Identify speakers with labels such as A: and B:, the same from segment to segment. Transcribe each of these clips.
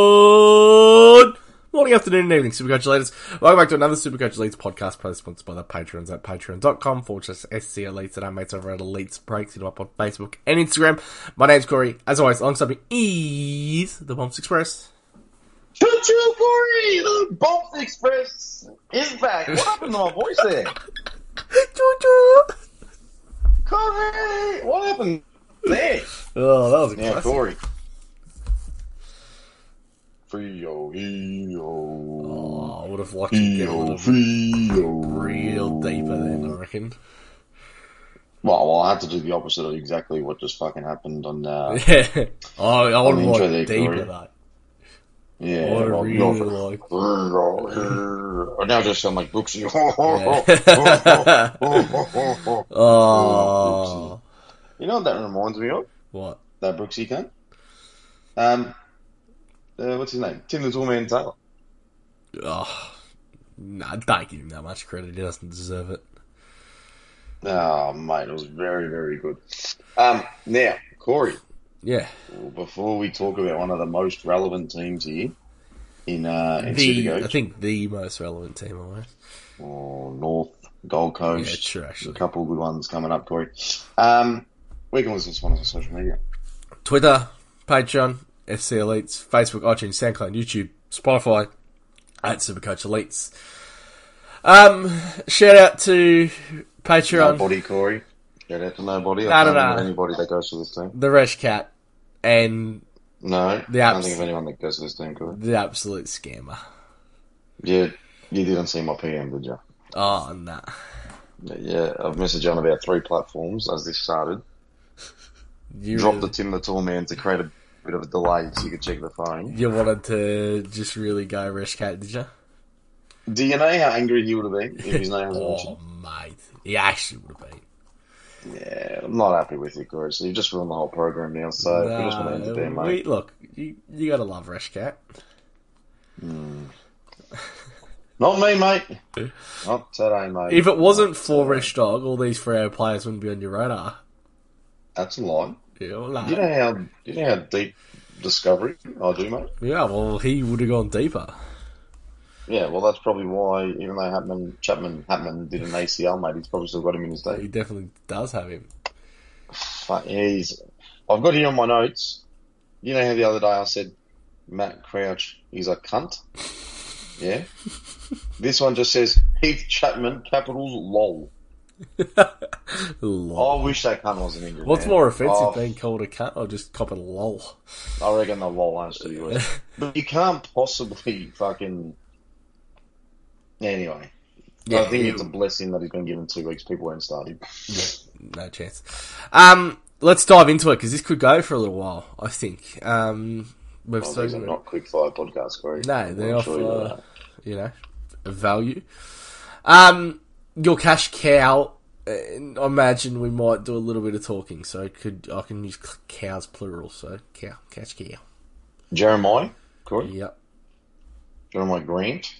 A: Good morning, afternoon, and evening, Supercoach Elites. Welcome back to another Supercoach Elites podcast post sponsored by the patrons at patreon.com forward slash SC Elites and our mates over at Elites Breaks. Hit them up on Facebook and Instagram. My name's Corey. As always, alongside me is the Bombs Express.
B: Choo choo Corey, the Bolt Express is back. What happened to my voice there?
A: Choo-choo.
B: Corey, what happened there?
A: Oh, that was a
B: Yeah,
A: classic.
B: Corey. Frio, E Eo,
A: Oh, I would have liked to get a little real deeper then, I reckon.
B: Well, well, I had to do the opposite of exactly what just fucking happened on. Uh,
A: Yeah. Oh, I would have
B: I'm into
A: liked
B: that,
A: deeper
B: Corey.
A: though.
B: yeah,
A: I would have
B: well,
A: really
B: you're-
A: liked
B: I now just sound like Brooksy.
A: Yeah.
B: Oh,
A: Oh,
B: you know what that reminds me of?
A: what?
B: that Brooksy cunt. Um, uh, what's his name? Tim the Toolman Taylor.
A: Oh, nah, don't give him that much credit. He doesn't deserve it.
B: Oh, mate, it was very, very good. Um, now, Corey,
A: Yeah,
B: before we talk about one of the most relevant teams here in uh, in
A: the I
B: Supercoach,
A: think the most relevant team almost.
B: or Oh, North Gold
A: Yeah,
B: Coast,
A: true. Actually,
B: a couple of good ones coming up, Corey. Um, we can listen to one on social media.
A: Twitter, Patreon, FC Elites, Facebook, iTunes, SoundCloud, YouTube, Spotify, at Supercoach Elites. Um, shout out to Patreon,
B: Nobody, Corey. Shout out to nobody.
A: No,
B: I
A: no,
B: can't remember
A: no.
B: anybody that goes to this team.
A: the Resh Cat, and
B: No,
A: The
B: I
A: apps.
B: don't think of anyone that goes to this team, Corey.
A: the absolute scammer.
B: Yeah, you didn't see my PM, did you?
A: Oh, nah.
B: Yeah, I've messaged on about three platforms as this started.
A: You
B: Dropped
A: really-
B: the Tim the Tall Man to create a bit of a delay so you could check the phone.
A: You wanted to just really go Resh Cat, did you?
B: Do you know how angry he would have been if his name was
A: Oh,
B: mentioned?
A: mate. He actually would have been.
B: Yeah, I'm not happy with you, Corey. So you just ruined the whole program now. So we just want to end it there,
A: Nah,
B: mate.
A: we, look, you, you gotta love Resh Cat.
B: Not me, mate. Not today, mate.
A: If it wasn't for Resh Dog, all these free players wouldn't be on your radar.
B: That's a lie.
A: You know, nah.
B: You know how you know how deep discovery I do, mate.
A: Yeah, well, he would have gone deeper.
B: Yeah, well, that's probably why, even though Chapman Chapman Chapman did an ACL, mate, he's probably still got him in his day.
A: He definitely does have him.
B: Fuck, yeah, he's. I've got here on my notes. You know how the other day I said Matt Crouch is a cunt? Yeah. this one just says Heath Chapman, capitals, lol.
A: Lol.
B: I wish that cunt wasn't injured.
A: What's
B: Oh, man.
A: more offensive,
B: Oh,
A: being called a cunt or just copping lol?
B: I reckon the lol one's to be worse. but you can't possibly fucking. Anyway. I think it's a blessing that he's been given two weeks. People weren't starting.
A: no chance. Um, let's dive into it because this could go for a little while. I think. Um, we've
B: Oh, these are
A: spoken.
B: not quick fire podcasts, Corey.
A: No, they
B: I'm sure you know
A: offer,
B: that.
A: you know, a value. Um, your cash cow. uh, I imagine we might do a little bit of talking, so it could I can use c- cows plural, so cow, cash cow.
B: Jeremiah, Corey.
A: Yep.
B: Jeremiah Grant.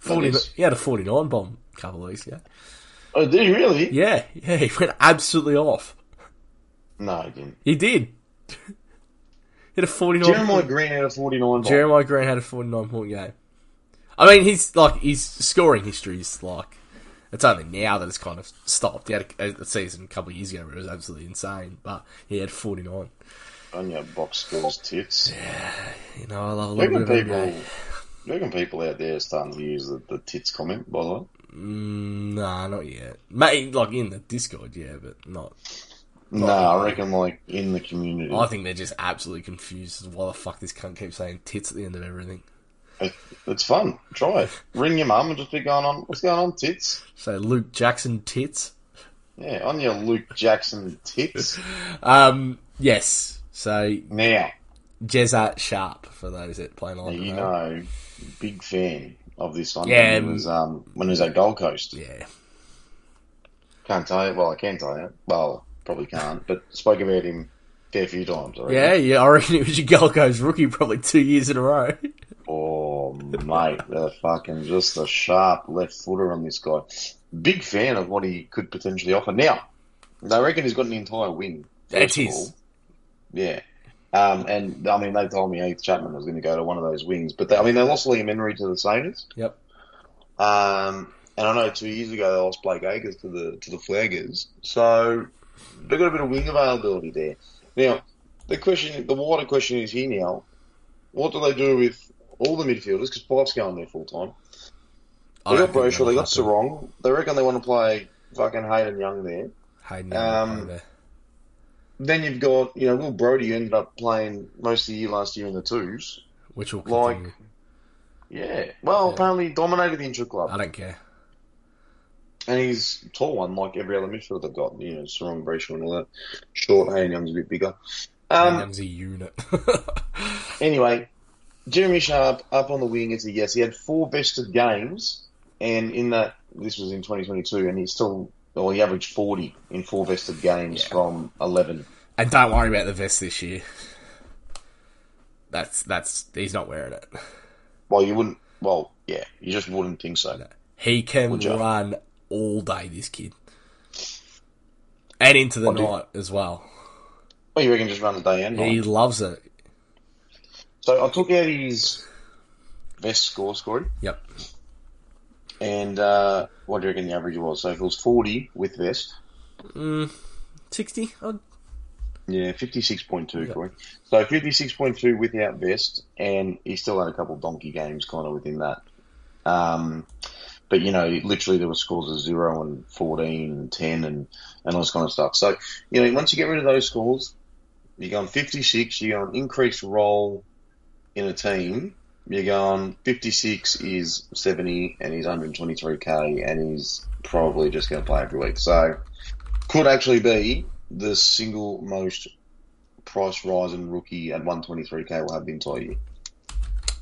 A: 40,
B: That is-
A: he had a 49 bomb a couple of weeks ago.
B: Oh, did he really?
A: Yeah, yeah, he went absolutely off.
B: No, he didn't.
A: He did. he had a 49
B: Jeremiah Grant had a 49 Jeremiah.
A: Jeremiah Grant had a 49 point game. I mean, he's like his scoring history is like it's only now that it's kind of stopped. He had a, a season a couple of years ago where it was absolutely insane, but he had 49.
B: on your box scores tits.
A: You know, I love a
B: Do you
A: little
B: reckon
A: bit of
B: people,
A: NBA.
B: do you reckon people out there are starting to use the, the tits comment, by
A: Oh,
B: the way?
A: Mm, nah, not yet. Mate, like in the Discord, yeah, but not.
B: No, I reckon like in the community.
A: I think they're just absolutely confused as why the fuck this cunt keeps saying tits at the end of everything.
B: It, it's fun. Try it. Ring your mum and just be going on, what's going on, tits?
A: So Luke Jackson tits.
B: Yeah, on your Luke Jackson tits.
A: Um, yes. So
B: Now,
A: Jezza Sharp for those that play along. at
B: you
A: the moment.
B: know, big fan of this one.
A: Uh-huh. Yeah.
B: When he was, um, when he was at Gold Coast.
A: Yeah.
B: Can't tell you. Well, I can tell you. Well, probably can't. But spoke about him a fair few times. I reckon.
A: Yeah, yeah, I reckon it was your Gold Coast rookie probably two years in a row.
B: Oh, mate, the fucking just a sharp left footer on this guy. Big fan of what he could potentially offer. Now, they reckon he's got an entire win.
A: That's
B: First of
A: his.
B: all. Yeah. Um, and I mean, they told me Heath Chapman was going to go to one of those wings, but they, I mean, they lost Liam Emery to the Sabres.
A: Yep.
B: Um, and I know two years ago they lost Blake Akers to the to the Flaggers, so they've got a bit of wing availability there. Now, the question, the water question is here now: what do they do with all the midfielders? Because Pipe's going there full time. They got Brayshaw, they got Sarong. They reckon they want to play fucking Hayden Young there.
A: Hayden.
B: Um,
A: over there.
B: Then you've got, you know, Will Brody ended up playing most of the year last year in the twos.
A: Which will
B: like-
A: continue.
B: Yeah. Well, apparently he dominated the intra club.
A: I don't care.
B: And he's a tall one, like every other midfielder they've got. You know, Sarong, Brayshaw and all that. Short, Hayden Young's a bit bigger. Um,
A: Adam's a unit.
B: Anyway, Jeremy Sharp up on the wing is a yes. He had four bested games, and in that this was in 2022, and he still well he averaged 40 in four vested games from 11.
A: and don't worry about the vest this year. That's that's he's not wearing it.
B: Well, you wouldn't. Well, yeah, you just wouldn't think so.
A: He can
B: job.
A: run all day, this kid. And into the
B: What do you-
A: night as well.
B: Well, you reckon just run the day and
A: He
B: night.
A: loves it.
B: So I took out his best score scoring,
A: Yep.
B: and uh, what do you reckon the average was? So if it was 40 with vest,
A: Sixty odd.
B: yeah, 56.2, Corey. So 56.2 without vest, and he still had a couple donkey games kind of within that. Um, but, you know, literally there were scores of 0 and 14 and 10 and, and all this kind of stuff. So, you know, once you get rid of those scores, you're going 56, you're going increased role in a team. You're going 56 is 70 and he's 123k and he's probably just going to play every week. So, could actually be the single most price rise in rookie at 123k will have the entire year.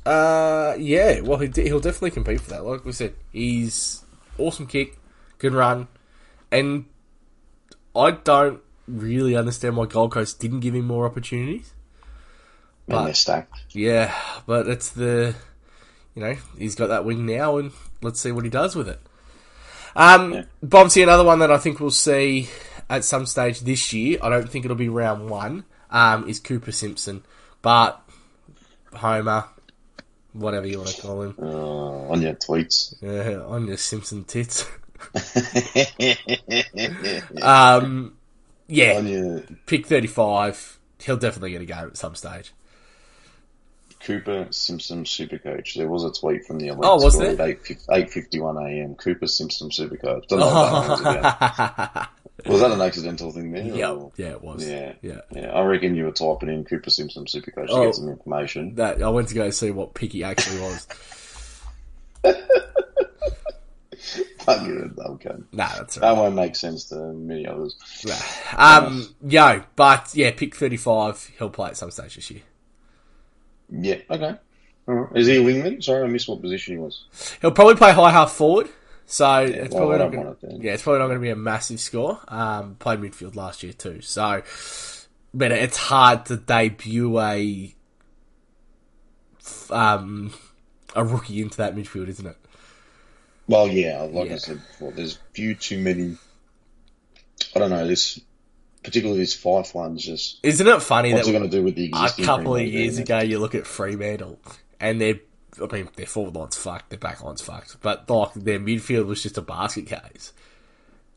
A: Uh, yeah. Well, he de- he'll definitely compete for that. Like we said, he's awesome kick, good run, and I don't really understand why Gold Coast didn't give him more opportunities. But-
B: And they're stacked.
A: Yeah, but it's the, you know, he's got that wing now, and let's see what he does with it. Um,
B: Yeah.
A: Bob's here, another one that I think we'll see at some stage this year. I don't think it'll be round one. Um, is Cooper Simpson, but Homer, whatever you want to call him,
B: Uh, on your tweets.
A: uh, on your Simpson tits.
B: on
A: Um, yeah,
B: your
A: pick thirty-five. He'll definitely get a go at some stage.
B: Cooper Simpson Supercoach. There was a tweet from the Olympics
A: Oh, was
B: at
A: there?
B: 8.51 a.m. Cooper Simpson Supercoach. Don't know what that was, about. was that an accidental thing there?
A: yeah,
B: or-
A: yeah, it was.
B: Yeah.
A: yeah.
B: Yeah, I reckon you were typing in Cooper Simpson Supercoach to
A: Oh.
B: get some information.
A: that I went to go see what Picky actually was.
B: Fuck it, okay.
A: nah, that's all
B: That won't make sense to many others.
A: right. Um, yo, but yeah, pick thirty-five. He'll play at some stage this year.
B: Yeah. Okay. All right. Is he a wingman? Sorry, I missed what position he was.
A: He'll probably play high half forward, so it's
B: well,
A: probably
B: I
A: not
B: don't
A: gonna,
B: want it then.
A: yeah, it's probably not going to be a massive score. Um, played midfield last year too, so but it's hard to debut a um a rookie into that midfield, isn't it?
B: Well, yeah. Like
A: Yeah.
B: I said before, there's few too many. I don't know. This, particularly this five one's just.
A: Isn't it funny
B: What's
A: that
B: it going to do with the
A: a
B: existing?
A: couple of
B: team,
A: years
B: isn't it?
A: ago, you look at Fremantle, and their I mean, their forward line's fucked, their back line's fucked, but like their midfield was just a basket case,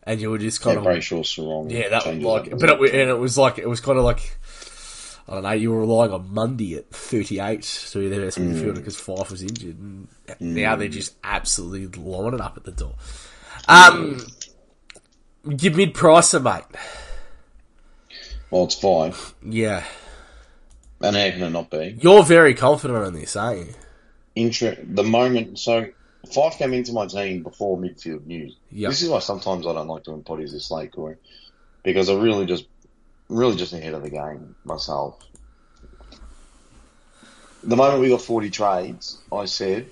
A: and you were just
B: Yeah,
A: kind of
B: Brayshaw, Sarong.
A: yeah, that was
B: changes
A: like,
B: up.
A: but it, wa- and it was like it was kind of like I don't know, you were relying on Monday at thirty eight to be their best
B: Mm.
A: midfielder because Fife was injured, and now they're just absolutely lining up at the door. Um, your mid pricer, mate.
B: well, it's five,
A: Yeah,
B: and how can it not be?
A: you're very confident on this, aren't you?
B: Intra the moment. So five came into my team before midfield news.
A: Yeah.
B: This is why sometimes I don't like doing potties this late, Corey, because I really just, really just ahead of the game myself. The moment we got forty trades, I said,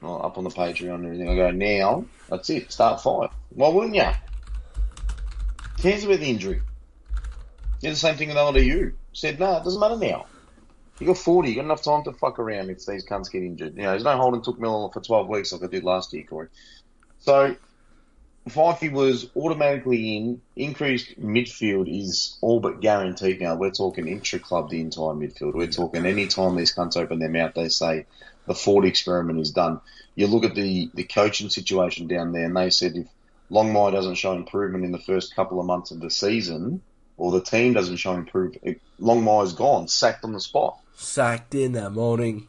B: well, up on the Patreon and everything, I go now. That's it. Start five. Why wouldn't you? Cares about the injury. Did the same thing with LDU. Said no, it doesn't matter now. You got 40. You got enough time to fuck around if these cunts get injured. You know, there's no holding Took Miller for 12 weeks like I did last year, Corey. So, Fifey was automatically in. Increased midfield is all but guaranteed now. We're talking intra club the entire midfield. We're talking any time these cunts open their mouth, they say the Ford experiment is done. You look at the, the coaching situation down there, and they said if Longmire doesn't show improvement in the first couple of months of the season, or the team doesn't show improvement, Longmire's gone, sacked on the spot.
A: Sacked in that morning.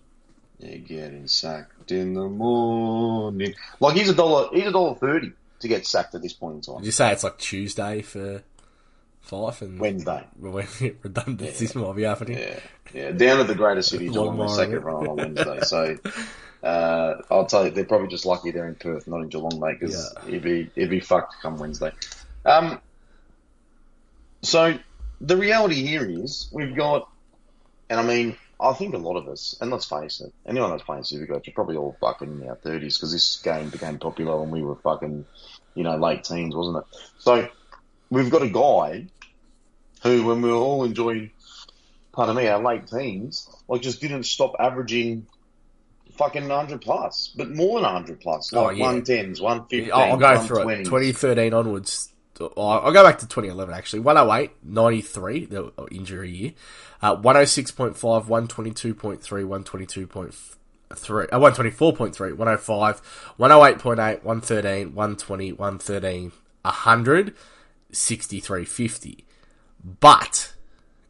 B: You're getting sacked in the morning. Like he's a dollar, he's a dollar thirty to get sacked at this point in time.
A: You say it's like Tuesday for Fife and
B: Wednesday.
A: redundancies might be happening.
B: Yeah, yeah. Down at the greater city, John, they
A: Longmire.
B: sack everyone on a Wednesday. So uh, I'll tell you, they're probably just lucky they're in Perth, not in Geelong, mate, because
A: Yeah.
B: it'd be it'd be fucked come Wednesday. Um, so the reality here is we've got, and I mean, I think a lot of us, and let's face it, anyone that's playing Supercoach, you're probably all fucking in our thirties because this game became popular when we were fucking, you know, late teens, wasn't it? So we've got a guy who, when we were all enjoying, pardon me, our late teens, like just didn't stop averaging fucking 100 plus, but more than 100 plus,
A: Oh,
B: like
A: yeah. Oh,
B: 110s, 115s,
A: I'll, I'll go through
B: 120s.
A: it. 2013 onwards. oh, I'll go back to 2011 actually. 108, 93, the injury year. Uh, 106.5, 122.3, 122.3, uh, 124.3, 105, 108.8, 113, 120, 113, 100, 63.50. But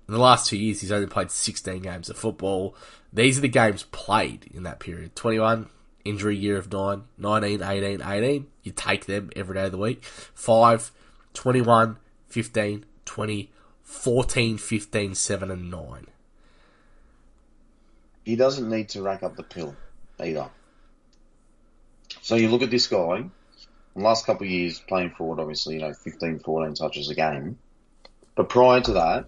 A: in the last two years, he's only played 16 games of football. These are the games played in that period 21, injury year of 9, 19, 18, 18. You take them every day of the week. 5, 21, 15, 20, 14, 15, 7, and 9.
B: he doesn't need to rack up the pill either. So you look at this guy, the last couple of years playing forward, obviously, you know, 15, 14 touches a game. But prior to that,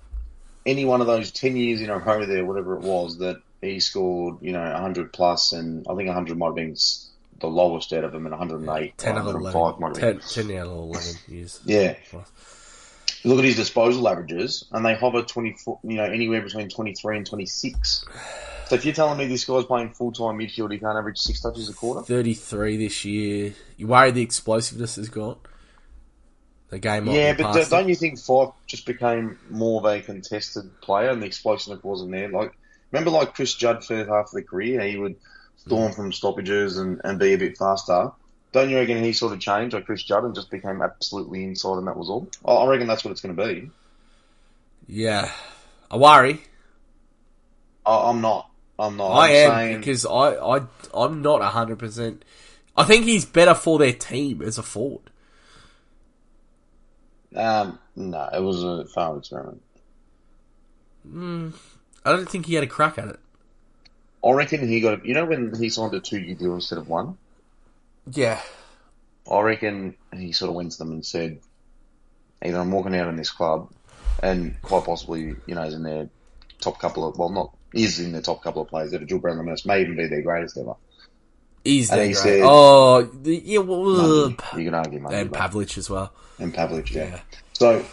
B: any one of those 10 years in a row there, whatever it was, that he scored, you know, 100 plus, and I think 100 might have been s- the lowest out of him, and 108,
A: 10 out of
B: 105 might
A: 11.
B: have been.
A: 10, 10 out of 11 years.
B: Yeah. You look at his disposal averages, and they hover twenty four, you know, anywhere between twenty three and twenty six. So if you're telling me this guy's playing full time midfield, he can't average six touches a quarter.
A: 33 this year. You worry the explosiveness has got? The game might
B: yeah,
A: be
B: but
A: past
B: d-
A: it.
B: don't you think Fife just became more of a contested player, and the explosiveness wasn't there? Like, remember, like Chris Judd for half of the career, he would storm
A: Mm.
B: from stoppages and, and be a bit faster. Don't you reckon he sort of changed like Chris Judd and just became absolutely inside, and that was all? I I reckon that's what it's going to be.
A: Yeah. I worry.
B: I- I'm not. I'm not.
A: I
B: I'm
A: am
B: saying-
A: because I, I I'm not hundred percent. I think he's better for their team as a forward.
B: Um, no, it was a failed experiment.
A: I don't think he had a crack at it.
B: I reckon he got. You know when he signed a two-year deal instead of one.
A: Yeah,
B: I reckon he sort of went to them and said, "Either I'm walking out in this club, and quite possibly, you know, is in their top couple of well, not is in their top couple of players that are Jill Brown the most, may even be their greatest ever.
A: he's
B: And
A: there.
B: he
A: great.
B: said-
A: oh, the, yeah, well,
B: Money. You can argue money,
A: and
B: but-
A: Pavlich as well.
B: and Pavlich, yeah.
A: Yeah.
B: So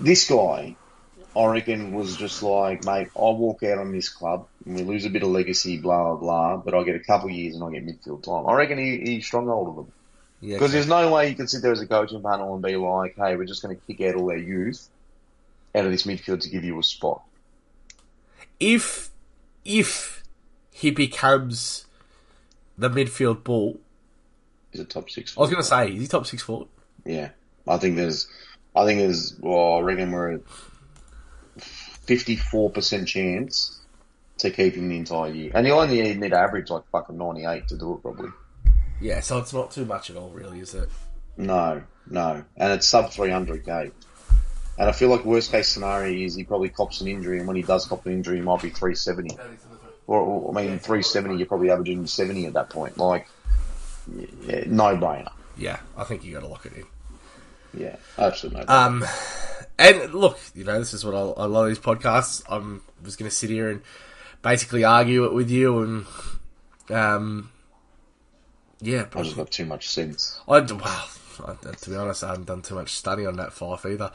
B: this guy, I reckon, was just like, mate, I walk out on this club and we lose a bit of legacy, blah blah blah, but I get a couple of years and I get midfield time. I reckon he, he strongholded them
A: Yeah,
B: because there's no way you can sit there as a coaching panel and be like, hey, we're just going to kick out all their youth out of this midfield to give you a spot.
A: if if he becomes the midfield ball,
B: Is it top six?
A: I was going to say, is he top six forward?
B: Yeah, I think there's, I think there's, well, I reckon we're at fifty-four percent chance to keep him the entire year, and you'll only need to average like fucking ninety-eight to do it probably.
A: Yeah, so it's not too much at all, really, is it?
B: No, no, and it's sub three hundred k. And I feel like worst case scenario is he probably cops an injury, and when he does cop an injury, he might be three seventy. Or, or I mean, three seventy. You're probably averaging seventy at that point. Like, yeah, no brainer.
A: Yeah, I think you got to lock it in.
B: Yeah, absolutely no. brainer.
A: Um, and look, you know, this is what I, I love these podcasts. I was going to sit here and basically argue it with you, and um, yeah,
B: I
A: but
B: just got too much sense.
A: I well, I, to be honest, I haven't done too much study on that five either.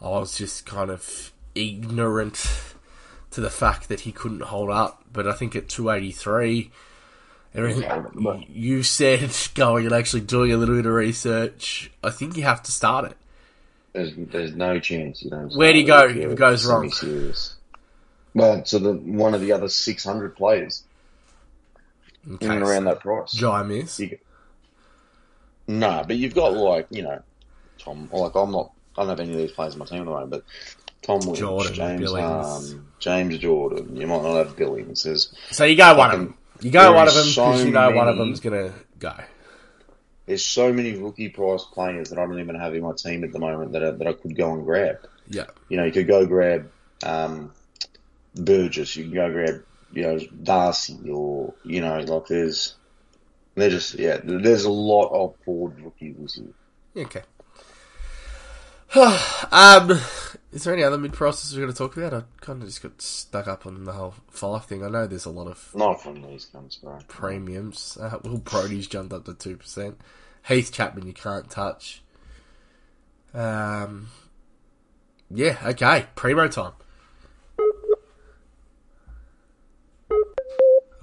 A: I was just kind of ignorant to the fact that he couldn't hold up, but I think at two eighty three. Everything
B: Okay, look.
A: you said going and actually doing a little bit of research, I think you have to start it.
B: There's, there's no chance. You know,
A: Where do you go if it goes wrong?
B: Serious. Well, to the one of the other 600 players
A: In
B: in and
A: case
B: around that price.
A: Jai miss.
B: You- No, but you've got like you know, Tom. Like I'm not. I don't have any of these players in my team at the moment, but Tom Lynch,
A: Jordan,
B: James
A: Billings.
B: Harden, James Jordan. You might not have Billings. There's
A: So you go one of them. You go
B: there
A: one of
B: is
A: them because
B: so
A: you know one of
B: many-
A: them's gonna go.
B: there's so many rookie price players that I don't even have in my team at the moment that I, that I could go and grab.
A: Yeah,
B: You know, you could go grab um, Burgess. You can go grab you know Darcy or you know like there's they're just yeah there's a lot of board rookies here.
A: okay. um, is there any other mid prices we're gonna talk about? I kind of just got stuck up on the whole five thing. I know there's a lot of
B: Not from these cunts, bro.
A: premiums. Uh, Will Brody's jumped up to two percent. Heath Chapman you can't touch. Um, yeah, okay, primo time.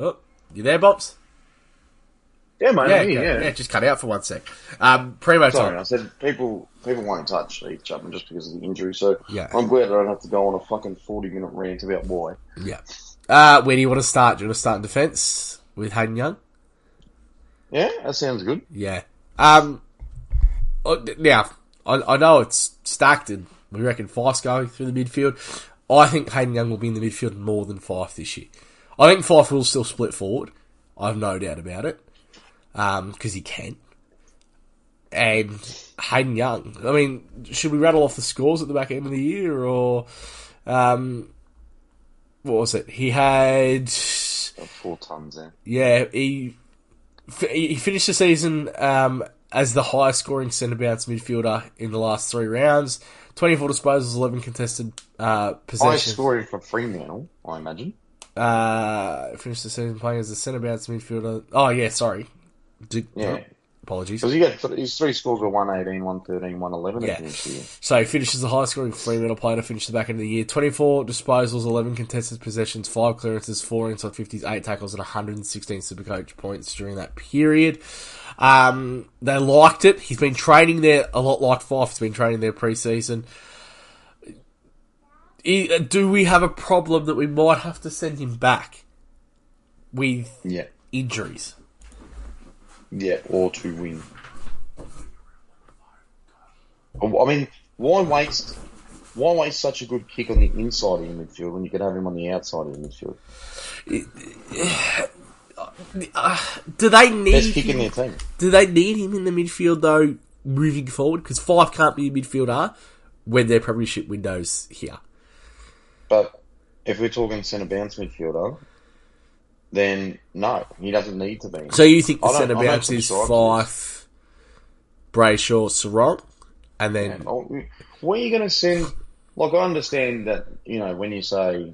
A: Oh, you there, Bobs?
B: Yeah, mate.
A: Yeah,
B: I'm here,
A: yeah, yeah, just cut out for one sec. Um, primo
B: Sorry,
A: time.
B: I said people people won't touch Heath Chapman just because of the injury. So
A: Yeah.
B: I'm glad I don't have to go on a fucking forty minute rant about why.
A: Yeah. Uh, where do you want to start? Do you want to start in defence with Hayden Young?
B: Yeah, that sounds good.
A: Yeah. Um. oh, Now, I, I know it's stacked, and we reckon Fife's going through the midfield. I think Hayden Young will be in the midfield more than Fife this year. I think Fife will still split forward. I've no doubt about it. Um, because he can. And Hayden Young. I mean, should we rattle off the scores at the back end of the year, or um, what was it? He had
B: Got Four tons there.
A: yeah, he f- he finished the season um, as the highest scoring centre bounce midfielder in the last three rounds. Twenty four disposals, eleven contested uh,
B: I
A: possessions.
B: scoring for Fremantle, I imagine.
A: Uh, finished the season playing as a centre bounce midfielder. Oh yeah, sorry. Did,
B: Yeah.
A: Apologies.
B: Because he got th- his three scores were 118, 113, 111
A: Yeah.
B: yeah. this year.
A: So he finishes the highest scoring Fremantle player to finish the back end of the year. 24 disposals, 11 contested possessions, 5 clearances, 4 inside 50s, 8 tackles, and 116 Supercoach points during that period. Um, they liked it. He's been training there a lot like Fife. He's been training there pre-season. I- uh, Do we have a problem that we might have to send him back with
B: Yeah.
A: injuries?
B: Yeah, or to win. I mean, why waste why waste such a good kick on the inside of your midfield when you could have him on the outside of your midfield?
A: Do they need
B: Best kick
A: him-
B: in their team.
A: Do they need him in the midfield though, moving forward? Because five can't be a midfielder when their premiership window's here.
B: But if we're talking centre bounce midfielder, then no, he doesn't need to be.
A: So you think the
B: I don't-
A: centre
B: I'm not
A: bounce is
B: subscribed to
A: Fife, Brayshaw, Sarong, and then
B: Oh, Where are you going to send? Like, I understand that you know when you say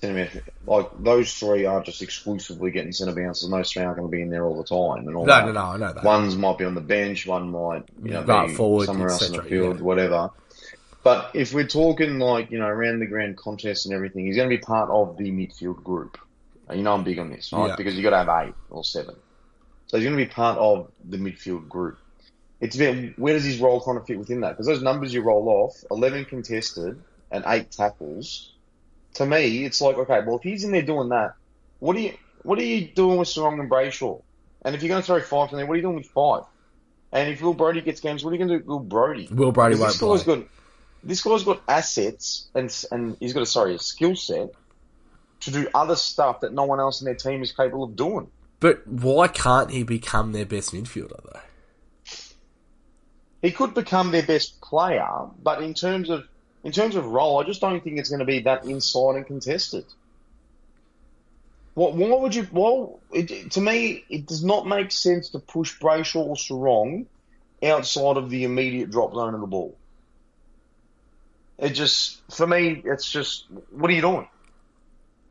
B: centre bounce, like those three aren't just exclusively getting centre bounces. Those three aren't going to be in there all the time. And all
A: no,
B: that.
A: no, no, I know that.
B: One's might be on the bench, one might you know
A: Right,
B: be
A: forward,
B: somewhere else in the
A: etc.,
B: field,
A: yeah.
B: whatever. But if we're talking like you know around the grand contest and everything, he's going to be part of the midfield group. And You know I'm big on this, right?
A: Yeah.
B: Because you got to have eight or seven, so he's going to be part of the midfield group. It's about where does his role kind of fit within that? Because those numbers you roll off, eleven contested and eight tackles, to me, it's like okay, well if he's in there doing that, what are you what are you doing with Sarong and Brayshaw? And if you're going to throw five in there, what are you doing with five? And if Will Brody gets games, what are you going to do with Will Brody?
A: Will Brady
B: Because
A: won't
B: this guy's
A: play.
B: got this guy's got assets and s- and he's got a sorry a skill set to do other stuff that no one else in their team is capable of doing.
A: But why can't he become their best midfielder though?
B: He could become their best player, but in terms of in terms of role, I just don't think it's going to be that inside and contested. What? Why would you? Well, it, to me, it does not make sense to push Brayshaw or Sarong outside of the immediate drop zone of the ball. It just, for me, it's just, what are you doing?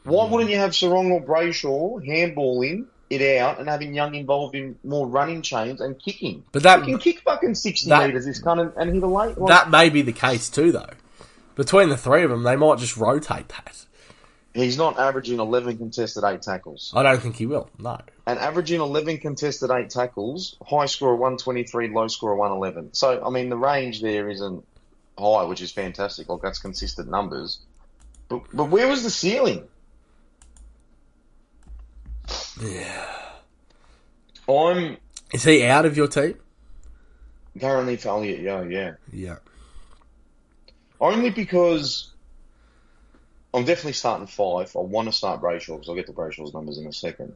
B: Why wouldn't you have Sarong or Brayshaw handballing it out and having Young involved in more running chains and kicking?
A: But that-
B: he can kick fucking sixty
A: that-
B: meters. This kind of and hit a late. Like,
A: That may be the case too though. Between the three of them, they might just rotate that.
B: He's not averaging 11 contested eight tackles.
A: I don't think he will. No.
B: And averaging 11 contested eight tackles, high score 123, low score 111. So, I mean, the range there isn't high, which is fantastic. Like, that's consistent numbers. But, but where was the ceiling?
A: Yeah.
B: I'm
A: Is he out of your team?
B: currently for Elliot Yo, yeah.
A: Yeah.
B: Only because I'm definitely starting five. I want to start Brayshaw because I'll get to Brayshaw's numbers in a second.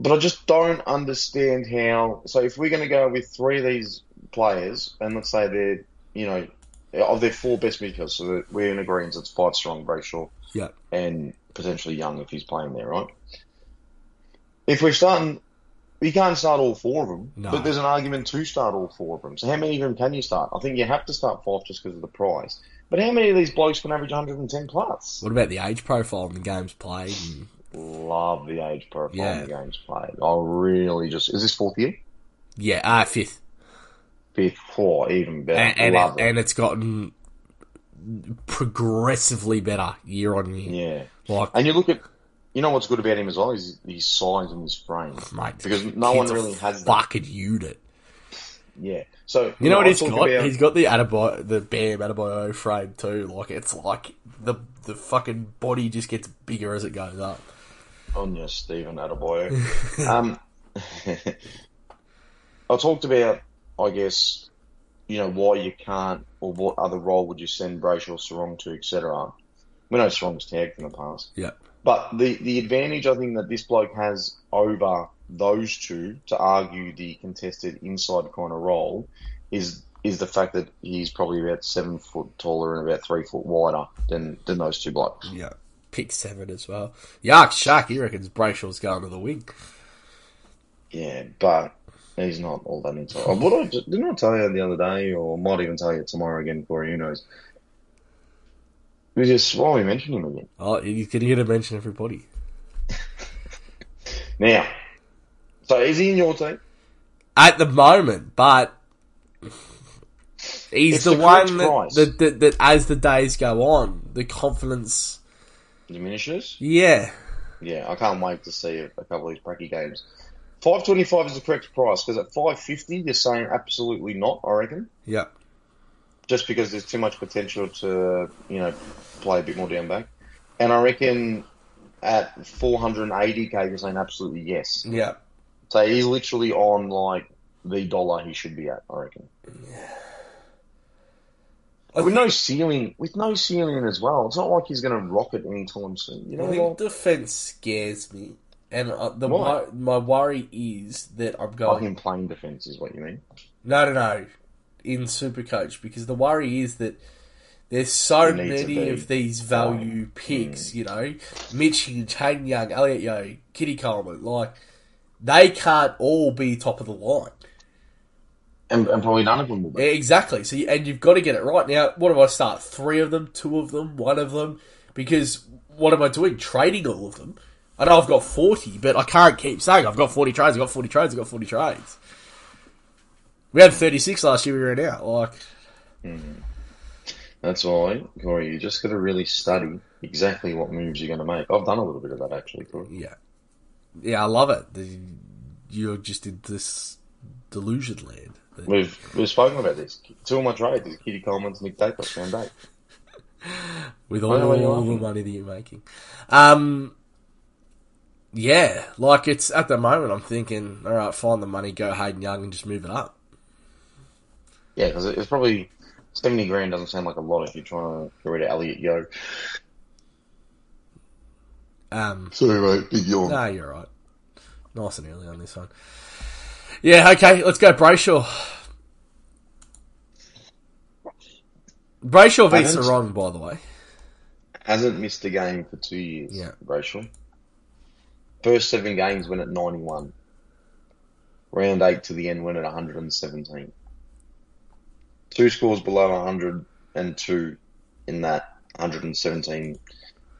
B: But I just don't understand how. So if we're going to go with three of these players, and let's say they're, you know, of their four best midfielders, so that we're in agreement it's five strong, Brayshaw,
A: Yeah.
B: and potentially Young if he's playing there, right? If we're starting, you can't start all four of them,
A: No.
B: but there's an argument to start all four of them. So how many of them can you start? I think you have to start five just because of the price. But how many of these blokes can average 110 plus?
A: What about the age profile and the games played? And,
B: Love the age profile
A: Yeah.
B: in the games played. I really just is this fourth year,
A: yeah, ah, fifth.
B: fifth, four, even better.
A: And, and,
B: Love
A: it, and it's gotten progressively better year on
B: it.
A: year.
B: Yeah,
A: Like,
B: and you look at you know what's good about him as well is his size and his frame.
A: mate,
B: because
A: this
B: no
A: kid's
B: one
A: a
B: really has that.
A: fucking unit.
B: Yeah, so
A: You know what
B: I
A: he's
B: talk
A: got?
B: about-
A: He's got the Atabio, the Bam Atabio frame too. Like it's like the the fucking body just gets bigger as it goes up.
B: on you, Stephen Attaboy. um, I talked about, I guess, you know, why you can't, or what other role would you send Brayshaw Sarong to, etc. We know Sarong's tagged in the past.
A: Yeah,
B: But the, the advantage I think that this bloke has over those two to argue the contested inside corner role is is the fact that he's probably about seven foot taller and about three foot wider than, than those two blokes.
A: yeah. Pick seven as well. Yark Shark, he reckons Brayshaw's going to the wing.
B: Yeah, but he's not all that into it. What I, didn't I tell you the other day, or I might even tell you tomorrow again, Corey, who knows? We just, why are we mentioning him again?
A: Oh, he's going to get a mention everybody.
B: Now, so is he in your team?
A: at the moment, but he's
B: It's
A: the,
B: the correct
A: one
B: price.
A: that, that, that, that as the days go on, the confidence.
B: Diminishes?
A: Yeah,
B: Yeah, I can't wait to see a couple of these Pracky games. 525 is the correct price, because at 550, you're saying absolutely not, I reckon.
A: yeah,
B: just because there's too much potential to you know play a bit more down back. And I reckon at 480k, you're saying absolutely yes.
A: yeah.
B: So he's literally on like the dollar he should be at. I reckon.
A: I
B: with no ceiling, with no ceiling as well. It's not like he's going to rocket anytime soon. You know,
A: I
B: like,
A: think defense scares me, and uh, the
B: Why?
A: my, my worry is that I'm
B: like
A: going
B: him playing defense is what you mean.
A: no, no, no in Supercoach because the worry is that. There's so
B: You need to
A: many
B: be Mm.
A: of these value picks, you know, Mitch Hinge, Hayden Young, Elliot Yo, Kitty Coleman, like they can't all be top of the line.
B: And, and probably none of them will
A: Yeah,
B: be.
A: exactly. So, you- and you've got to get it right. Now, what do I start? Three of them, two of them, one of them? Because what am I doing? Trading all of them? I know I've got 40, but I can't keep saying I've got 40 trades, I've got 40 trades, I've got 40 trades. We had 36 last year, we ran out. Like,
B: That's why, Corey, you just got to really study exactly what moves you're going to make. I've done a little bit of that actually, Corey.
A: yeah. Yeah, I love it. The- You're just in this delusion land. The-
B: We've we've spoken about this. Two of my trades is Kitty Coleman's Nick Dacos round eight.
A: with
B: I know what you're
A: all the
B: laughing.
A: money that you're making. Um, yeah, like it's at the moment. I'm thinking, all right, find the money, go Hayden Young, and just move it up.
B: Yeah, because it's probably seventy grand doesn't sound like a lot if you're trying to get rid of Elliot Yo.
A: Um,
B: Sorry, mate, big yawn.
A: nah, you're right. Nice and early on this one. Yeah, okay, let's go Brayshaw. Brayshaw v
B: Adams?
A: Sarong, by the way.
B: Hasn't missed a game for two years.
A: Yeah.
B: Rachel. First seven games went at ninety one. Round eight to the end went at one hundred and seventeen. Two scores below one hundred and two in that one hundred and seventeen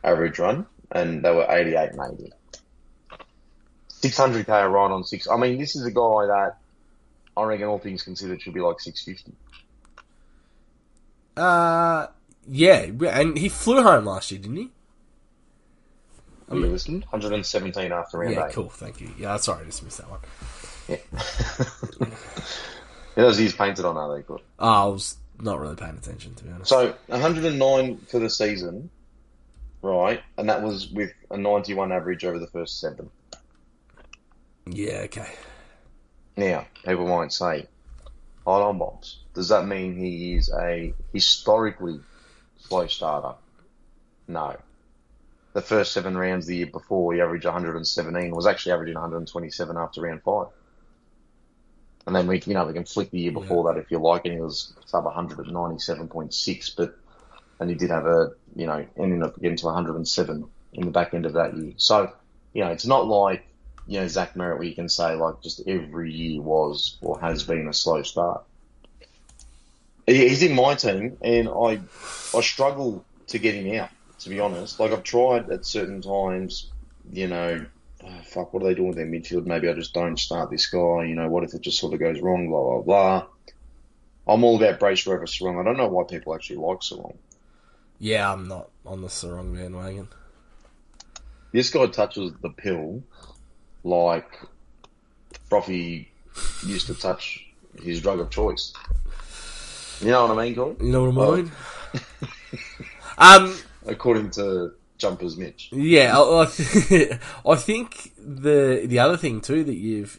B: average run, and they were eighty eight and eighty. Six hundred k a ride on six. I mean, this is a guy that I reckon all things considered should be like six fifty.
A: Uh, Yeah, we- and he flew home last year, didn't he?
B: Are you listening? 117 after round
A: Yeah,
B: eight.
A: cool. Thank you. Yeah, sorry, I just missed that one.
B: Yeah. Yeah, those years painted on are they good?
A: Oh, I was not really paying attention to be honest.
B: So 109 for the season, right? And that was with a 91 average over the first seven.
A: yeah, okay.
B: Now, people might say, hold on, Bobs. Does that mean he is a historically slow starter? No. The first seven rounds the year before, he averaged 117, was actually averaging 127 after round five. And then we, you know, we can flick the year before that if you like, and he was sub 197.6, but, and he did have a, you know, ending up getting to 107 in the back end of that year. So, you know, it's not like you know, Zach Merritt, where you can say like just every year was or has been a slow start. He- He's in my team, and I I struggle to get him out. To be honest, like I've tried at certain times, you know, oh, fuck, what are they doing with their midfield? Maybe I just don't start this guy. You know, what if it just sort of goes wrong? Blah blah blah. I'm all about Brace over Sarong. I don't know why people actually like Sarong.
A: Yeah, I'm not on the Sarong bandwagon.
B: This guy touches the pill like Froffy used to touch his drug of choice. You know what I mean, Colin?
A: You know what
B: Oh.
A: I mean? um,
B: According to Jumpers Mitch.
A: Yeah, I, I th- I think the the other thing too that you've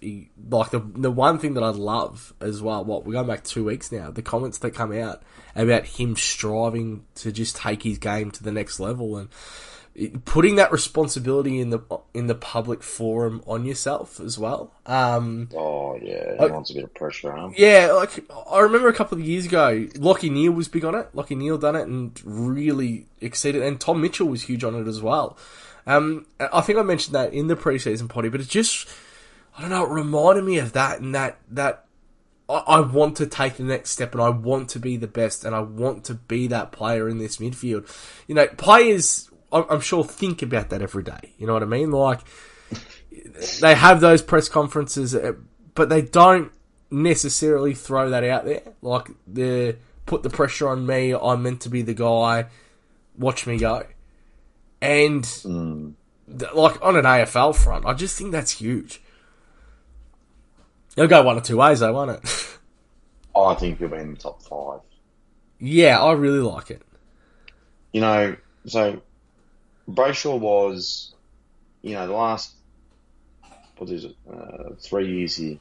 A: like the the one thing that I love as well. What we're going back two weeks now. The comments that come out about him striving to just take his game to the next level and it- putting that responsibility in the in the public forum on yourself as well. Um,
B: Oh, yeah, he wants a bit of pressure on him.
A: yeah, like I remember a couple of years ago, Lockie Neal was big on it. Lockie Neal done it and really exceeded, and Tom Mitchell was huge on it as well. Um, I think I mentioned that in the preseason potty, but it just I don't know, it reminded me of that and that that I, I want to take the next step and I want to be the best and I want to be that player in this midfield. You know, players I- I'm sure think about that every day. You know what I mean? Like they have those press conferences, uh, but they don't necessarily throw that out there. Like the put the pressure on me. I'm meant to be the guy. Watch me go. And
B: Hmm.
A: th- like on an AFL front, I just think that's huge. It'll go one or two ways, though, won't it?
B: I think he'll be in the top five.
A: yeah, I really like it.
B: You know, so Brayshaw was, you know, the last, what is it, uh, three years here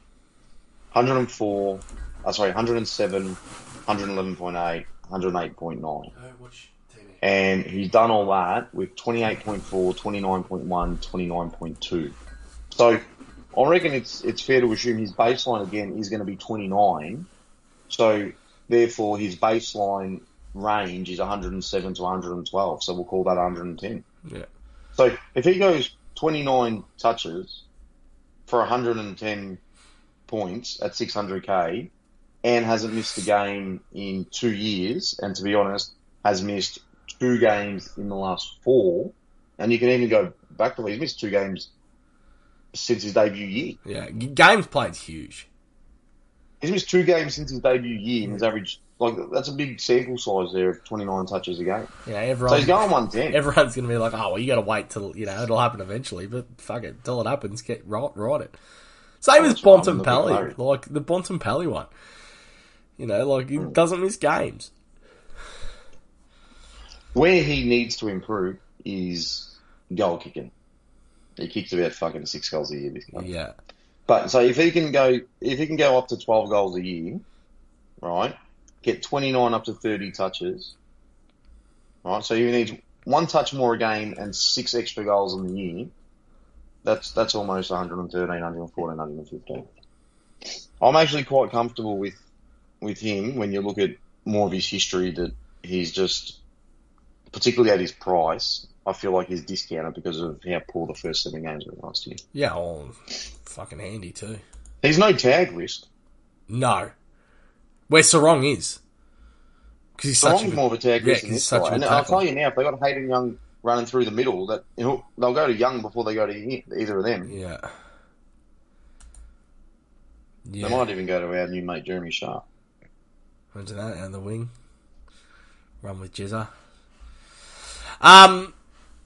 B: 104, uh, sorry, 107, 111.8, 108.9.
A: watch TV.
B: and he's done all that with 28.4, 29.1, 29.2. So I reckon it's it's fair to assume his baseline again is going to be 29. So therefore his baseline range is 107 to 112. So we'll call that 110.
A: Yeah.
B: So if he goes 29 touches for 110 points at 600k and hasn't missed a game in two years, and to be honest, has missed two games in the last four, and you can even go back to he's missed two games since his debut year.
A: Yeah, g- games played's huge.
B: He's missed two games since his debut year, and his average like that's a big sample size there of 29 touches a game.
A: Yeah,
B: So
A: everyone.
B: he's going 110.
A: everyone's going to be like, oh, well, you got to wait till, you know, it'll happen eventually, but fuck it, till it happens, get right, right it. Same as
B: That's what
A: Bonton
B: I'm looking
A: Pally,
B: at.
A: like the Bonton Pally one. You know, like
B: Hmm.
A: he doesn't miss games.
B: Where he needs to improve is goal kicking. He kicks about fucking six goals a year. This guy.
A: Yeah.
B: But so if he can go, if he can go up to twelve goals a year, right, get twenty nine up to thirty touches, right. So he needs one touch more a game and six extra goals in the year. That's that's almost 113, 114, 115. I'm actually quite comfortable with with him when you look at more of his history. That he's just, particularly at his price, I feel like he's discounted because of how poor the first seven games were last year.
A: Yeah, well, fucking handy too.
B: He's no tag list.
A: No. Where Sarong is. Because he's such
B: Sarong's
A: a good-
B: more of a tag
A: yeah,
B: risk than
A: he's
B: this
A: such a
B: guy.
A: good
B: And I'll
A: tackler.
B: tell you now, if they got Hayden Young running through the middle, that you know, they'll go to Young before they go to him, either of them.
A: Yeah.
B: They
A: Yeah.
B: might even go to our new mate Jeremy Sharp.
A: Imagine that, and the wing. Run with Jizza. Um,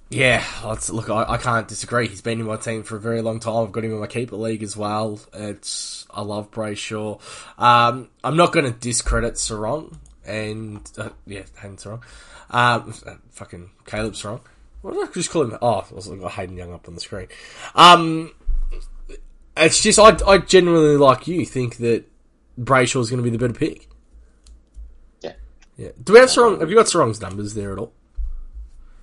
A: yeah, let's, look, I, I can't disagree. He's been in my team for a very long time. I've got him in my keeper league as well. It's I love Brayshaw. Um, I'm not going to discredit Sarong and uh, yeah, Hayden Sarong. Um, uh, fucking Caleb Sarong. What did I just call him? Oh, I was looking at Hayden Young up on the screen. Um, it's just I, I genuinely like you think that Brayshaw is going to be the better pick.
B: Yeah.
A: Yeah. Do we have Sarong? Have you got Sarong's numbers there at all?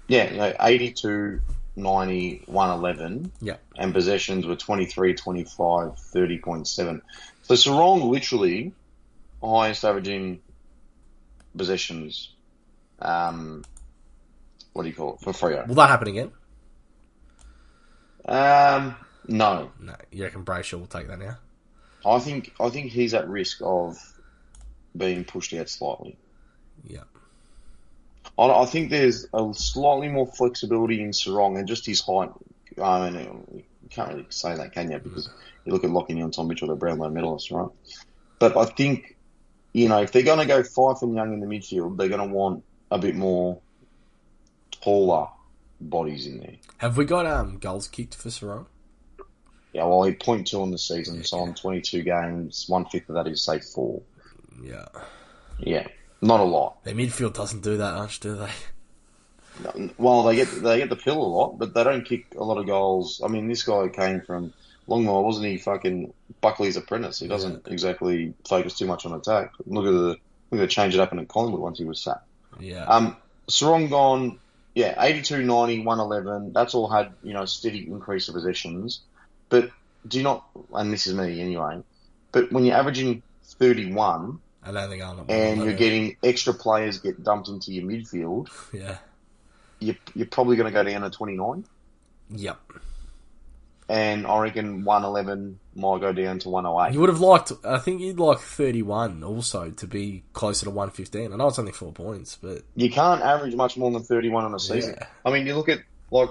B: Yeah, you know, 82, 90, 111,
A: Yeah.
B: and possessions were 23, 25, 30.7. So Sarong literally highest averaging possessions. Um, what do you call it? For Freo.
A: Will that happen again?
B: Um, no,
A: No, you reckon Brayshaw will take that now?
B: I think I think he's at risk of being pushed out slightly.
A: Yeah.
B: I, I think there's a slightly more flexibility in Sarong and just his height. I mean, you can't really say that, can you? Because you look at Lockie and Tom Mitchell, they're Brownlow medalists, right? But I think, you know, if they're going to go Fife and Young in the midfield, they're going to want a bit more taller bodies in there.
A: Have we got um goals kicked for Sarong?
B: Yeah, well, he point two on the season, so on 22 games, one fifth of that is, say, four.
A: Yeah.
B: Yeah, not a lot.
A: Their midfield doesn't do that much, do they?
B: Well, they get they get the pill a lot, but they don't kick a lot of goals. I mean, this guy came from Longmore, wasn't he? Fucking Buckley's apprentice. He doesn't exactly focus too much on attack. Look at the look at the change it up in Collingwood once he was sacked.
A: Yeah.
B: Um, Sarong gone, yeah, 82, 90, 111. That's all had, you know, steady increase of possessions. But do you not, and this is me anyway, but when you're averaging 31
A: I don't think Arnold. will
B: and
A: let
B: you're
A: him.
B: getting extra players get dumped into your midfield,
A: Yeah.
B: you're, you're probably going to go down to 29.
A: Yep.
B: and I reckon 111 might go down to
A: You
B: 108.
A: would have liked. I think you'd like thirty-one also to be closer to one fifteen. I know it's only four points, but
B: You can't average much more than 31 on a season.
A: Yeah.
B: I mean, you look at like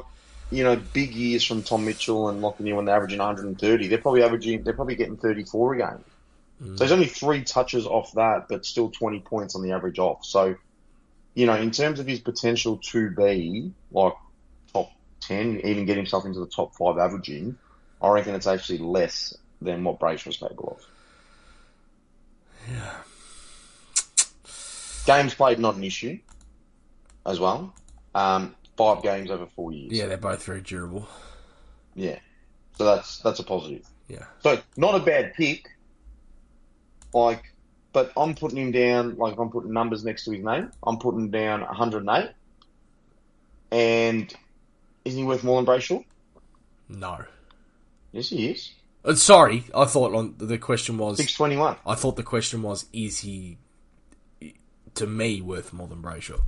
B: you know big years from Tom Mitchell and Lockie when they're averaging 130. They're probably averaging. They're probably getting 34 a game. So there's only three touches off that, but still 20 points on the average off. So you know, in terms of his potential to be like top 10, even get himself into the top five averaging, I reckon it's actually less than what Brayshaw was capable of. Games played not an issue as well. Um, five games over four years.
A: yeah, they're both very durable.
B: Yeah. So that's that's a positive.
A: Yeah.
B: So not a bad pick. Like, but I'm putting him down. Like, if I'm putting numbers next to his name, I'm putting down 108. And isn't he worth more than Brayshaw?
A: No.
B: Yes, he is.
A: Uh, sorry, I thought on the question was.
B: 621.
A: I thought the question was: Is he to me worth more than Brayshaw?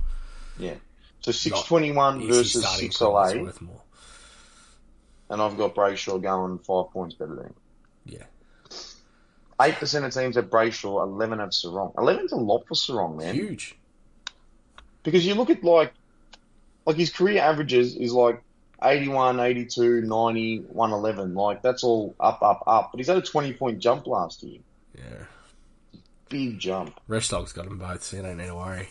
B: Yeah. So 621
A: Is he
B: versus
A: starting point
B: 608,
A: worth more?
B: and I've got Brayshaw going five points better than him.
A: Yeah.
B: Eight percent of teams have Brayshaw, eleven have Sarong. Eleven's a lot for Sarong, man.
A: Huge.
B: because you look at like like his career averages is like 81 82 90 111 like that's all up up up but he's had a 20 point jump last year
A: Yeah.
B: big jump
A: Rest dog's got them both, so you don't need to worry.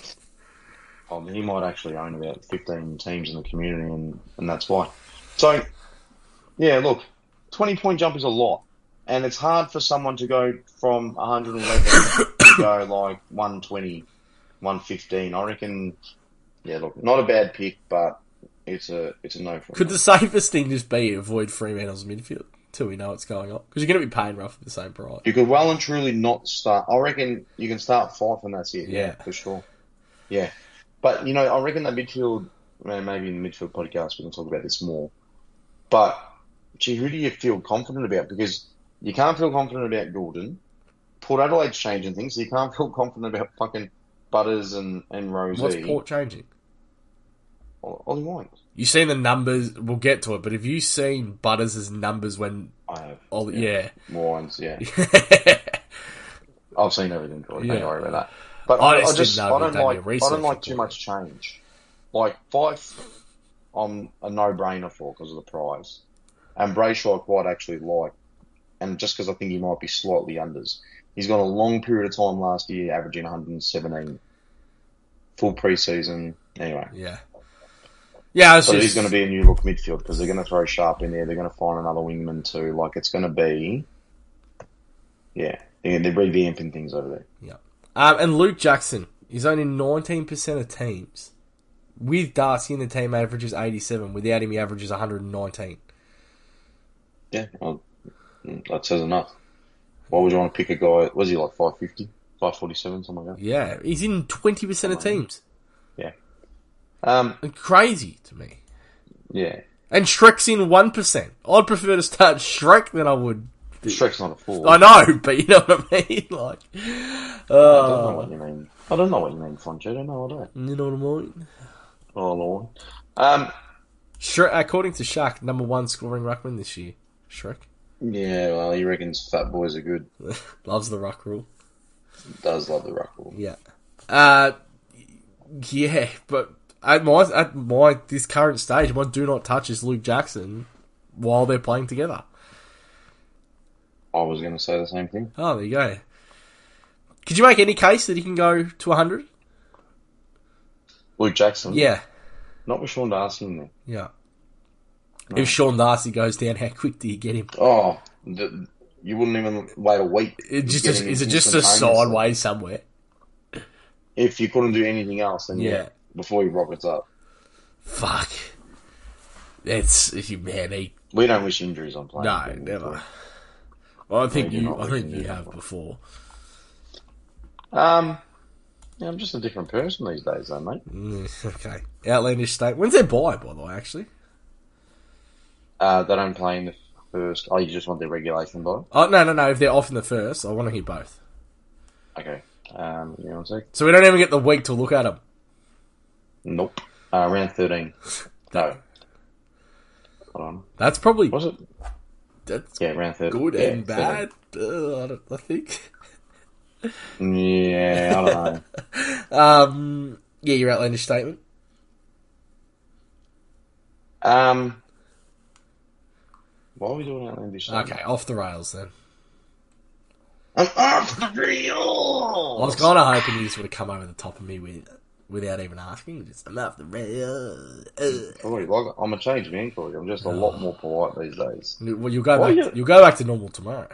B: I mean, he might actually own about 15 teams in the community and, and that's why so yeah look 20 point jump is a lot and it's hard for someone to go from 111 to go like 120 115 i reckon yeah look not a bad pick but it's a it's a no for me.
A: Could the safest thing just be avoid Fremantle's midfield till we know what's going on? Because you're going to be paying roughly the same price.
B: You could well and truly not start. I reckon you can start five, and that's it. Yeah,
A: Yeah.
B: for sure. Yeah, but you know, I reckon that midfield. well, Maybe in the midfield podcast, we can talk about this more. But gee, who do you feel confident about? Because you can't feel confident about Gordon. Port Adelaide's changing things, so you can't feel confident about fucking Butters and and Rosie.
A: What's Port changing?
B: All, all he wants.
A: You've seen the numbers. We'll get to it, but have you seen Butters' numbers when
B: I have
A: all? Yeah,
B: Wines, yeah.
A: yeah.
B: I've seen everything, Troy. Don't
A: Yeah.
B: worry about that. But
A: I
B: I, I
A: just
B: just,
A: didn't know
B: I
A: we'd
B: don't
A: done
B: like,
A: your
B: I don't
A: research
B: like too
A: before.
B: much change. Like Fife, I'm a no-brainer for because of the prize, and Brayshaw I quite actually like, and just because I think he might be slightly unders. He's got a long period of time last year averaging 117. full preseason. Anyway,
A: Yeah. Yeah, it's
B: so it
A: just,
B: is going to be a new look midfield because they're going to throw Sharp in there. They're going to find another wingman too. Like it's going to be, yeah, they're, they're revamping things over there.
A: Yeah. Um, and Luke Jackson is only 19% of teams. With Darcy in the team, averages 87. Without him, he averages 119.
B: Yeah, well, that says enough. Why would you want to pick a guy? Was he like 550, 547, something like
A: Yeah, he's in 20% of teams.
B: that? Um,
A: And crazy to me.
B: yeah,
A: And Shrek's in 1%. I'd prefer to start Shrek than I would.
B: Shrek's not a fool.
A: I know, but you know what I mean? Like,
B: I don't
A: uh,
B: know what you mean. I don't know what you mean, Fonchetta. No, I don't.
A: you know what I mean?
B: Oh Lord. Um,
A: Shrek, according to Shaq, number one scoring ruckman this year. Shrek
B: yeah, well, he reckons fat boys are good.
A: loves the ruck rule.
B: Does love the ruck ball.
A: Yeah. Uh, yeah, but at my at my this current stage, my do not touch is Luke Jackson while they're playing together.
B: I was going to say the same thing.
A: Oh, there you go. Could you make any case that he can go to 100?
B: Luke Jackson.
A: Yeah,
B: Not with Sean Darcy in there.
A: yeah. If Sean Darcy goes down, how quick do you get him?
B: Oh, the, you wouldn't even wait a week.
A: It just
B: to get him
A: is it
B: in
A: just a
B: instantaneously.
A: sideways somewhere?
B: If you couldn't do anything else, then yeah,
A: Yeah.
B: before he rockets up.
A: Fuck. That's man. He,
B: We don't wish injuries on players.
A: no,
B: do we?
A: never. Well, I think
B: No, you're
A: you.
B: not
A: I think
B: looking
A: you
B: at
A: have
B: that.
A: before.
B: Um, yeah, I'm just a different person these days, though, mate.
A: Mm, okay. Outlandish state. When's their buy, by the way, actually?
B: Uh, they don't play in the first. Oh, you just want their regulation bottle?
A: Oh, no, no, no. If they're off in the first, I want to hear both.
B: Okay. Um, you know what I'm saying?
A: So we don't even get the week to look at them.
B: Nope. Uh, round 13. No. Hold on.
A: That's probably
B: Was it?
A: that's
B: Yeah, round 13.
A: good
B: yeah,
A: and bad. Uh, I, don't, I think.
B: 13. Yeah, I don't know.
A: Um, yeah, your outlandish statement.
B: Um, why are we doing outlandish? stuff?
A: Okay, off the rails then.
B: I'm off the
A: I was
B: rails.
A: kind of hoping you just would have come over the top of me with, without even asking. Just I'm off the rails. Uh.
B: Sorry, like, I'm a changed man, Corey. I'm just a lot more polite these days.
A: Well, you'll go
B: Why
A: back.
B: you-
A: You'll go back to normal tomorrow.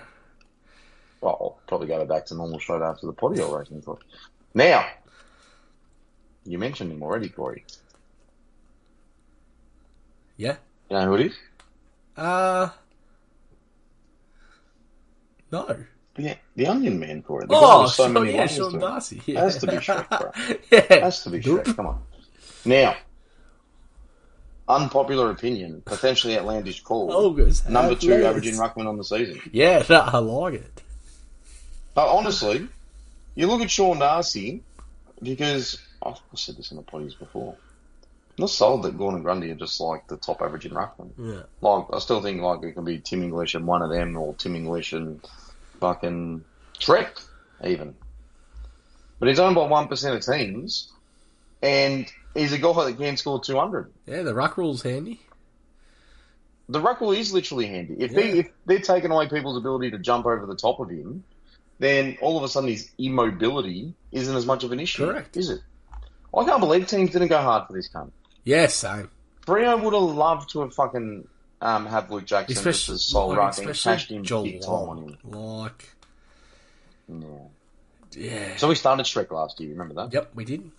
B: Well, I'll probably go back to normal straight after the potty I reckon. Corey. Now, you mentioned him already, Corey.
A: Yeah.
B: You know who it is?
A: Uh. No.
B: Yeah, the Onion Man, Corey. The guy
A: Oh,
B: with so
A: Sean-
B: many
A: yeah,
B: lines to
A: Sean
B: him.
A: Darcy. Yeah.
B: Has to be Shrek, bro.
A: yeah.
B: Has to be
A: Nope.
B: Shrek. Come on. Now, unpopular opinion, potentially outlandish call.
A: August.
B: number two
A: Atlas.
B: averaging ruckman on the season.
A: Yeah, no, I like it.
B: But honestly, you look at Sean Darcy because I've said this in the poddies before. I'm not sold that Gordon Grundy are just like the top average in ruckman.
A: Yeah.
B: Like I still think like it can be Tim English and one of them, or Tim English and fucking Trek even. But he's owned by one percent of teams, and he's a guy that can score two hundred.
A: Yeah, the ruck rule's handy.
B: The ruckle is literally handy. If
A: Yeah.
B: they if they're taking away people's ability to jump over the top of him, then all of a sudden his immobility isn't as much of an issue.
A: Correct.
B: Is it? I can't believe teams didn't go hard for this cunt.
A: Yeah, same.
B: Brio would have loved to have fucking um, have Luke Jackson just
A: Especially,
B: as sole
A: like,
B: ruck and cashed
A: especially
B: him
A: Joel
B: big time on
A: Like,
B: him. Yeah.
A: yeah.
B: So we started Shrek last year, remember that?
A: Yep, we did.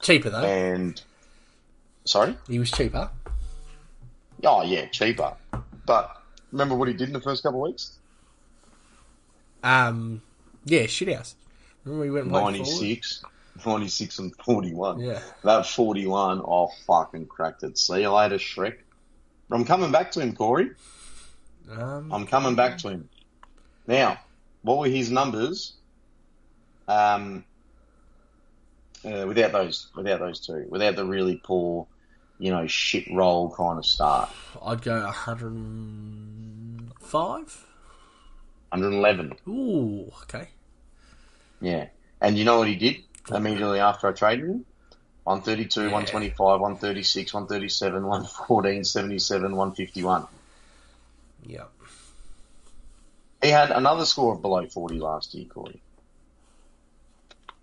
A: Cheaper though.
B: And sorry?
A: He was cheaper.
B: Oh yeah, cheaper. But remember what he did in the first couple of weeks?
A: Um, yeah, shit house. Remember we went and played
B: Ninety
A: forward?
B: six. 96 and 41.
A: Yeah.
B: That 41, I fucking cracked it. See you later, Shrek. I'm coming back to him, Corey.
A: Um,
B: I'm coming back to him. Now, what were his numbers? Um, uh, without those, without those two, without the really poor, you know, shit roll kind of start.
A: I'd go 105.
B: 111.
A: Ooh, okay.
B: Yeah. And you know what he did immediately after I traded him? 132, 125, 136, 137, 114, 77, 151.
A: Yeah.
B: He had another score of below 40 last year, Corey.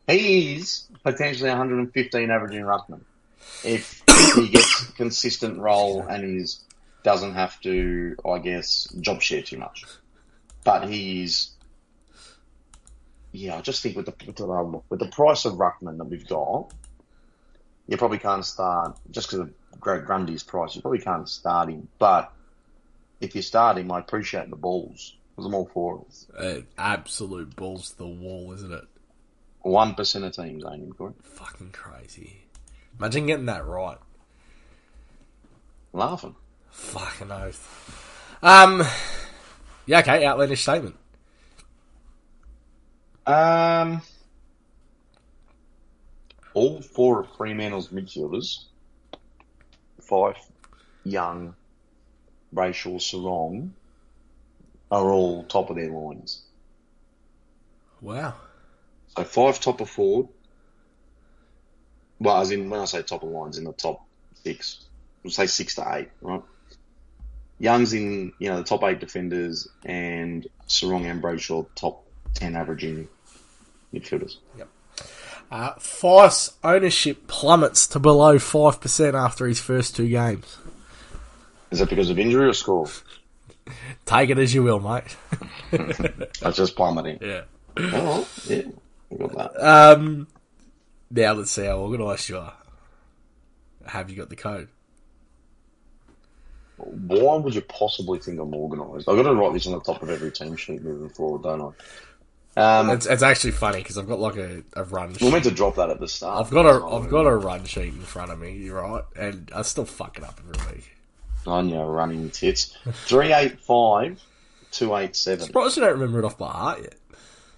B: He is potentially 115 averaging ruckman if he gets consistent role and he's doesn't have to, I guess, job share too much. But he's, yeah, I just think with the with the, um, with the price of ruckman that we've got, you probably can't start just because of Greg Grundy's price. You probably can't start him, but if you start him, I appreciate the balls. 'cause I'm all for it.
A: Uh, absolute balls to the wall, isn't it?
B: One percent of teams own him, Corey.
A: Fucking crazy. Imagine getting that right.
B: Laughing.
A: Fucking oath. Um, yeah, okay, outlandish statement.
B: Um, all four of Fremantle's midfielders, Fife, Young, Brayshaw, Sarong, are all top of their lines.
A: Wow.
B: So five top of forward. Well, as in when I say top of lines, in the top six, we'll say six to eight, right? Young's in you know the top eight defenders, and Sarong and Brayshaw top ten averaging midfielders.
A: Uh, Fife's ownership plummets to below 5% after his first two games.
B: Is that because of injury or score?
A: Take it as you will, mate.
B: That's just plummeting.
A: Yeah.
B: Oh, yeah, we got that.
A: Um, now let's see how organised you are. Have you got the code?
B: Why would you possibly think I'm organised? I've got to write this on the top of every team sheet moving forward, don't I? Um,
A: It's, it's actually funny because I've got like a, a run
B: we're
A: sheet.
B: meant to drop that at the start.
A: I've got a I've got a run sheet in front of me, you're right, and I still fuck it up every week.
B: on your running tits. 385, 287.
A: Surprised you don't remember it off by heart yet.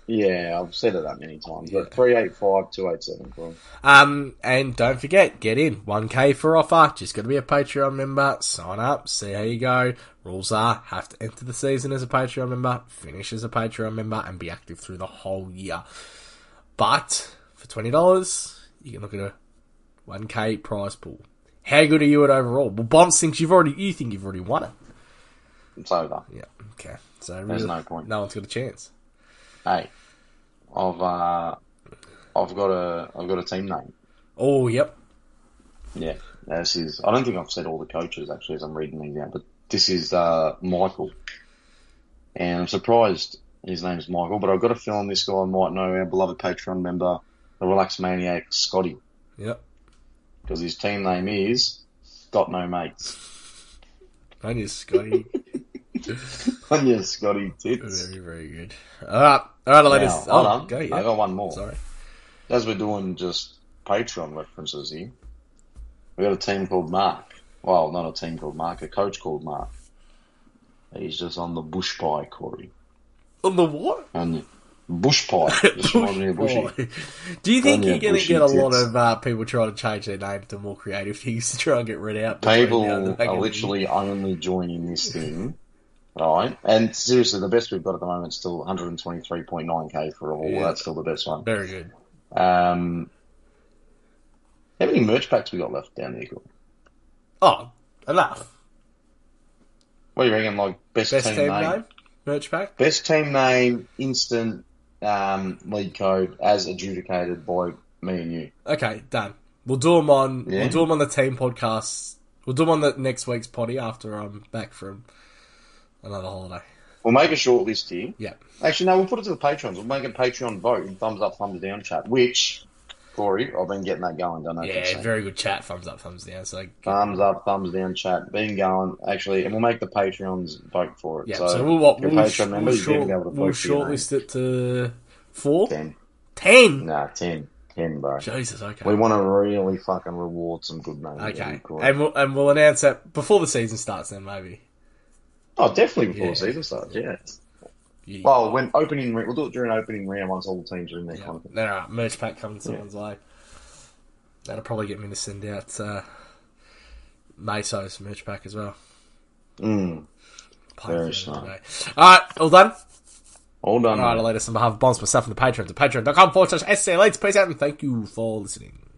B: Yeah, I've said it that many times,
A: Yeah.
B: but 385, 287. cool.
A: Um, and don't forget, get in. 1k for offer. Just got to be a Patreon member. Sign up. See how you go. Rules are have to enter the season as a Patreon member, finish as a Patreon member, and be active through the whole year. But for $20, you can look at a 1k prize pool. How good are you at overall? Well, Bonds thinks you've already, you think you've already won it.
B: It's over.
A: Yeah. Okay. So
B: There's
A: really,
B: no point.
A: No one's got a chance.
B: Hey, I've, uh, I've got a, I've got a team name.
A: Oh, yep.
B: Yeah, this is. I don't think I've said all the coaches actually as I'm reading these out, but this is uh, Michael, and I'm surprised his name's Michael, but I've got a feeling this guy might know our beloved Patreon member, the Relaxed Maniac Scotty,
A: Yep.
B: because his team name is Got No Mates.
A: That is Scotty.
B: On your Scotty tits.
A: Very, very good. All right, all right,
B: Now,
A: ladies.
B: hold
A: oh,
B: on,
A: go, yeah.
B: I got one more.
A: Sorry.
B: As we're doing just Patreon references here, we got a team called Mark. Well, not a team called Mark, a coach called Mark. He's just on the bush pie, Corey.
A: On the what?
B: and bush pie. Just reminds me of bushy.
A: Boy. Do you think
B: Only
A: you're
B: a
A: going to
B: bushy
A: get a lot
B: tits.
A: of uh, people trying to change their name to more creative things to try and get rid out? between now and the
B: People
A: back
B: are
A: of the-
B: literally only joining this thing, right? And seriously, the best we've got at the moment is still 123.9k for all.
A: Yeah.
B: That's still the best one.
A: Very good.
B: Um, how many merch packs we got left down there? Gil?
A: Oh, enough.
B: What do you reckon? Like best,
A: Best
B: team,
A: team
B: name,
A: name? Merch pack?
B: best team name, instant um, lead code as adjudicated by me and you.
A: Okay, done. We'll do them on.
B: Yeah.
A: We'll do 'em on the team podcast. We'll do them on the next week's potty after I'm back from another holiday.
B: We'll make a short list here.
A: Yeah.
B: Actually, no, we'll put it to the patrons. We'll make a Patreon vote in thumbs up, thumbs down chat. Which, Corey, I've been getting that going. Don't know. if
A: Yeah,
B: it's safe.
A: very good chat. Thumbs up, thumbs down. So,
B: thumbs up, thumbs down chat. Been going actually, and we'll make the patrons vote for it.
A: yeah, so,
B: so,
A: we'll, what,
B: your
A: we'll,
B: Patreon
A: sh-
B: members,
A: we'll, short-
B: you're gonna be able to
A: we'll
B: vote for your name.
A: shortlist it to four?
B: ten,
A: Ten?
B: nah, ten, ten, bro.
A: Jesus, okay.
B: We want to really fucking reward some good names.
A: Okay,
B: Corey.
A: and we'll, and we'll announce that before the season starts. Then maybe.
B: oh, definitely before
A: Yeah.
B: the season starts. Yeah.
A: You,
B: Well, when opening, re- we'll do it during opening round once all the teams are in their
A: yeah.
B: conference.
A: Then all right, merch pack comes someone's way. That'll probably get me to send out uh, Meso's merch pack as well.
B: Mm.
A: Play
B: Very
A: with it
B: smart.
A: today. All right, all done.
B: All done.
A: All right, I'll let us on behalf of Bonds, myself, and the patrons at patreon.com forward slash SC Elites. Peace out and thank you for listening.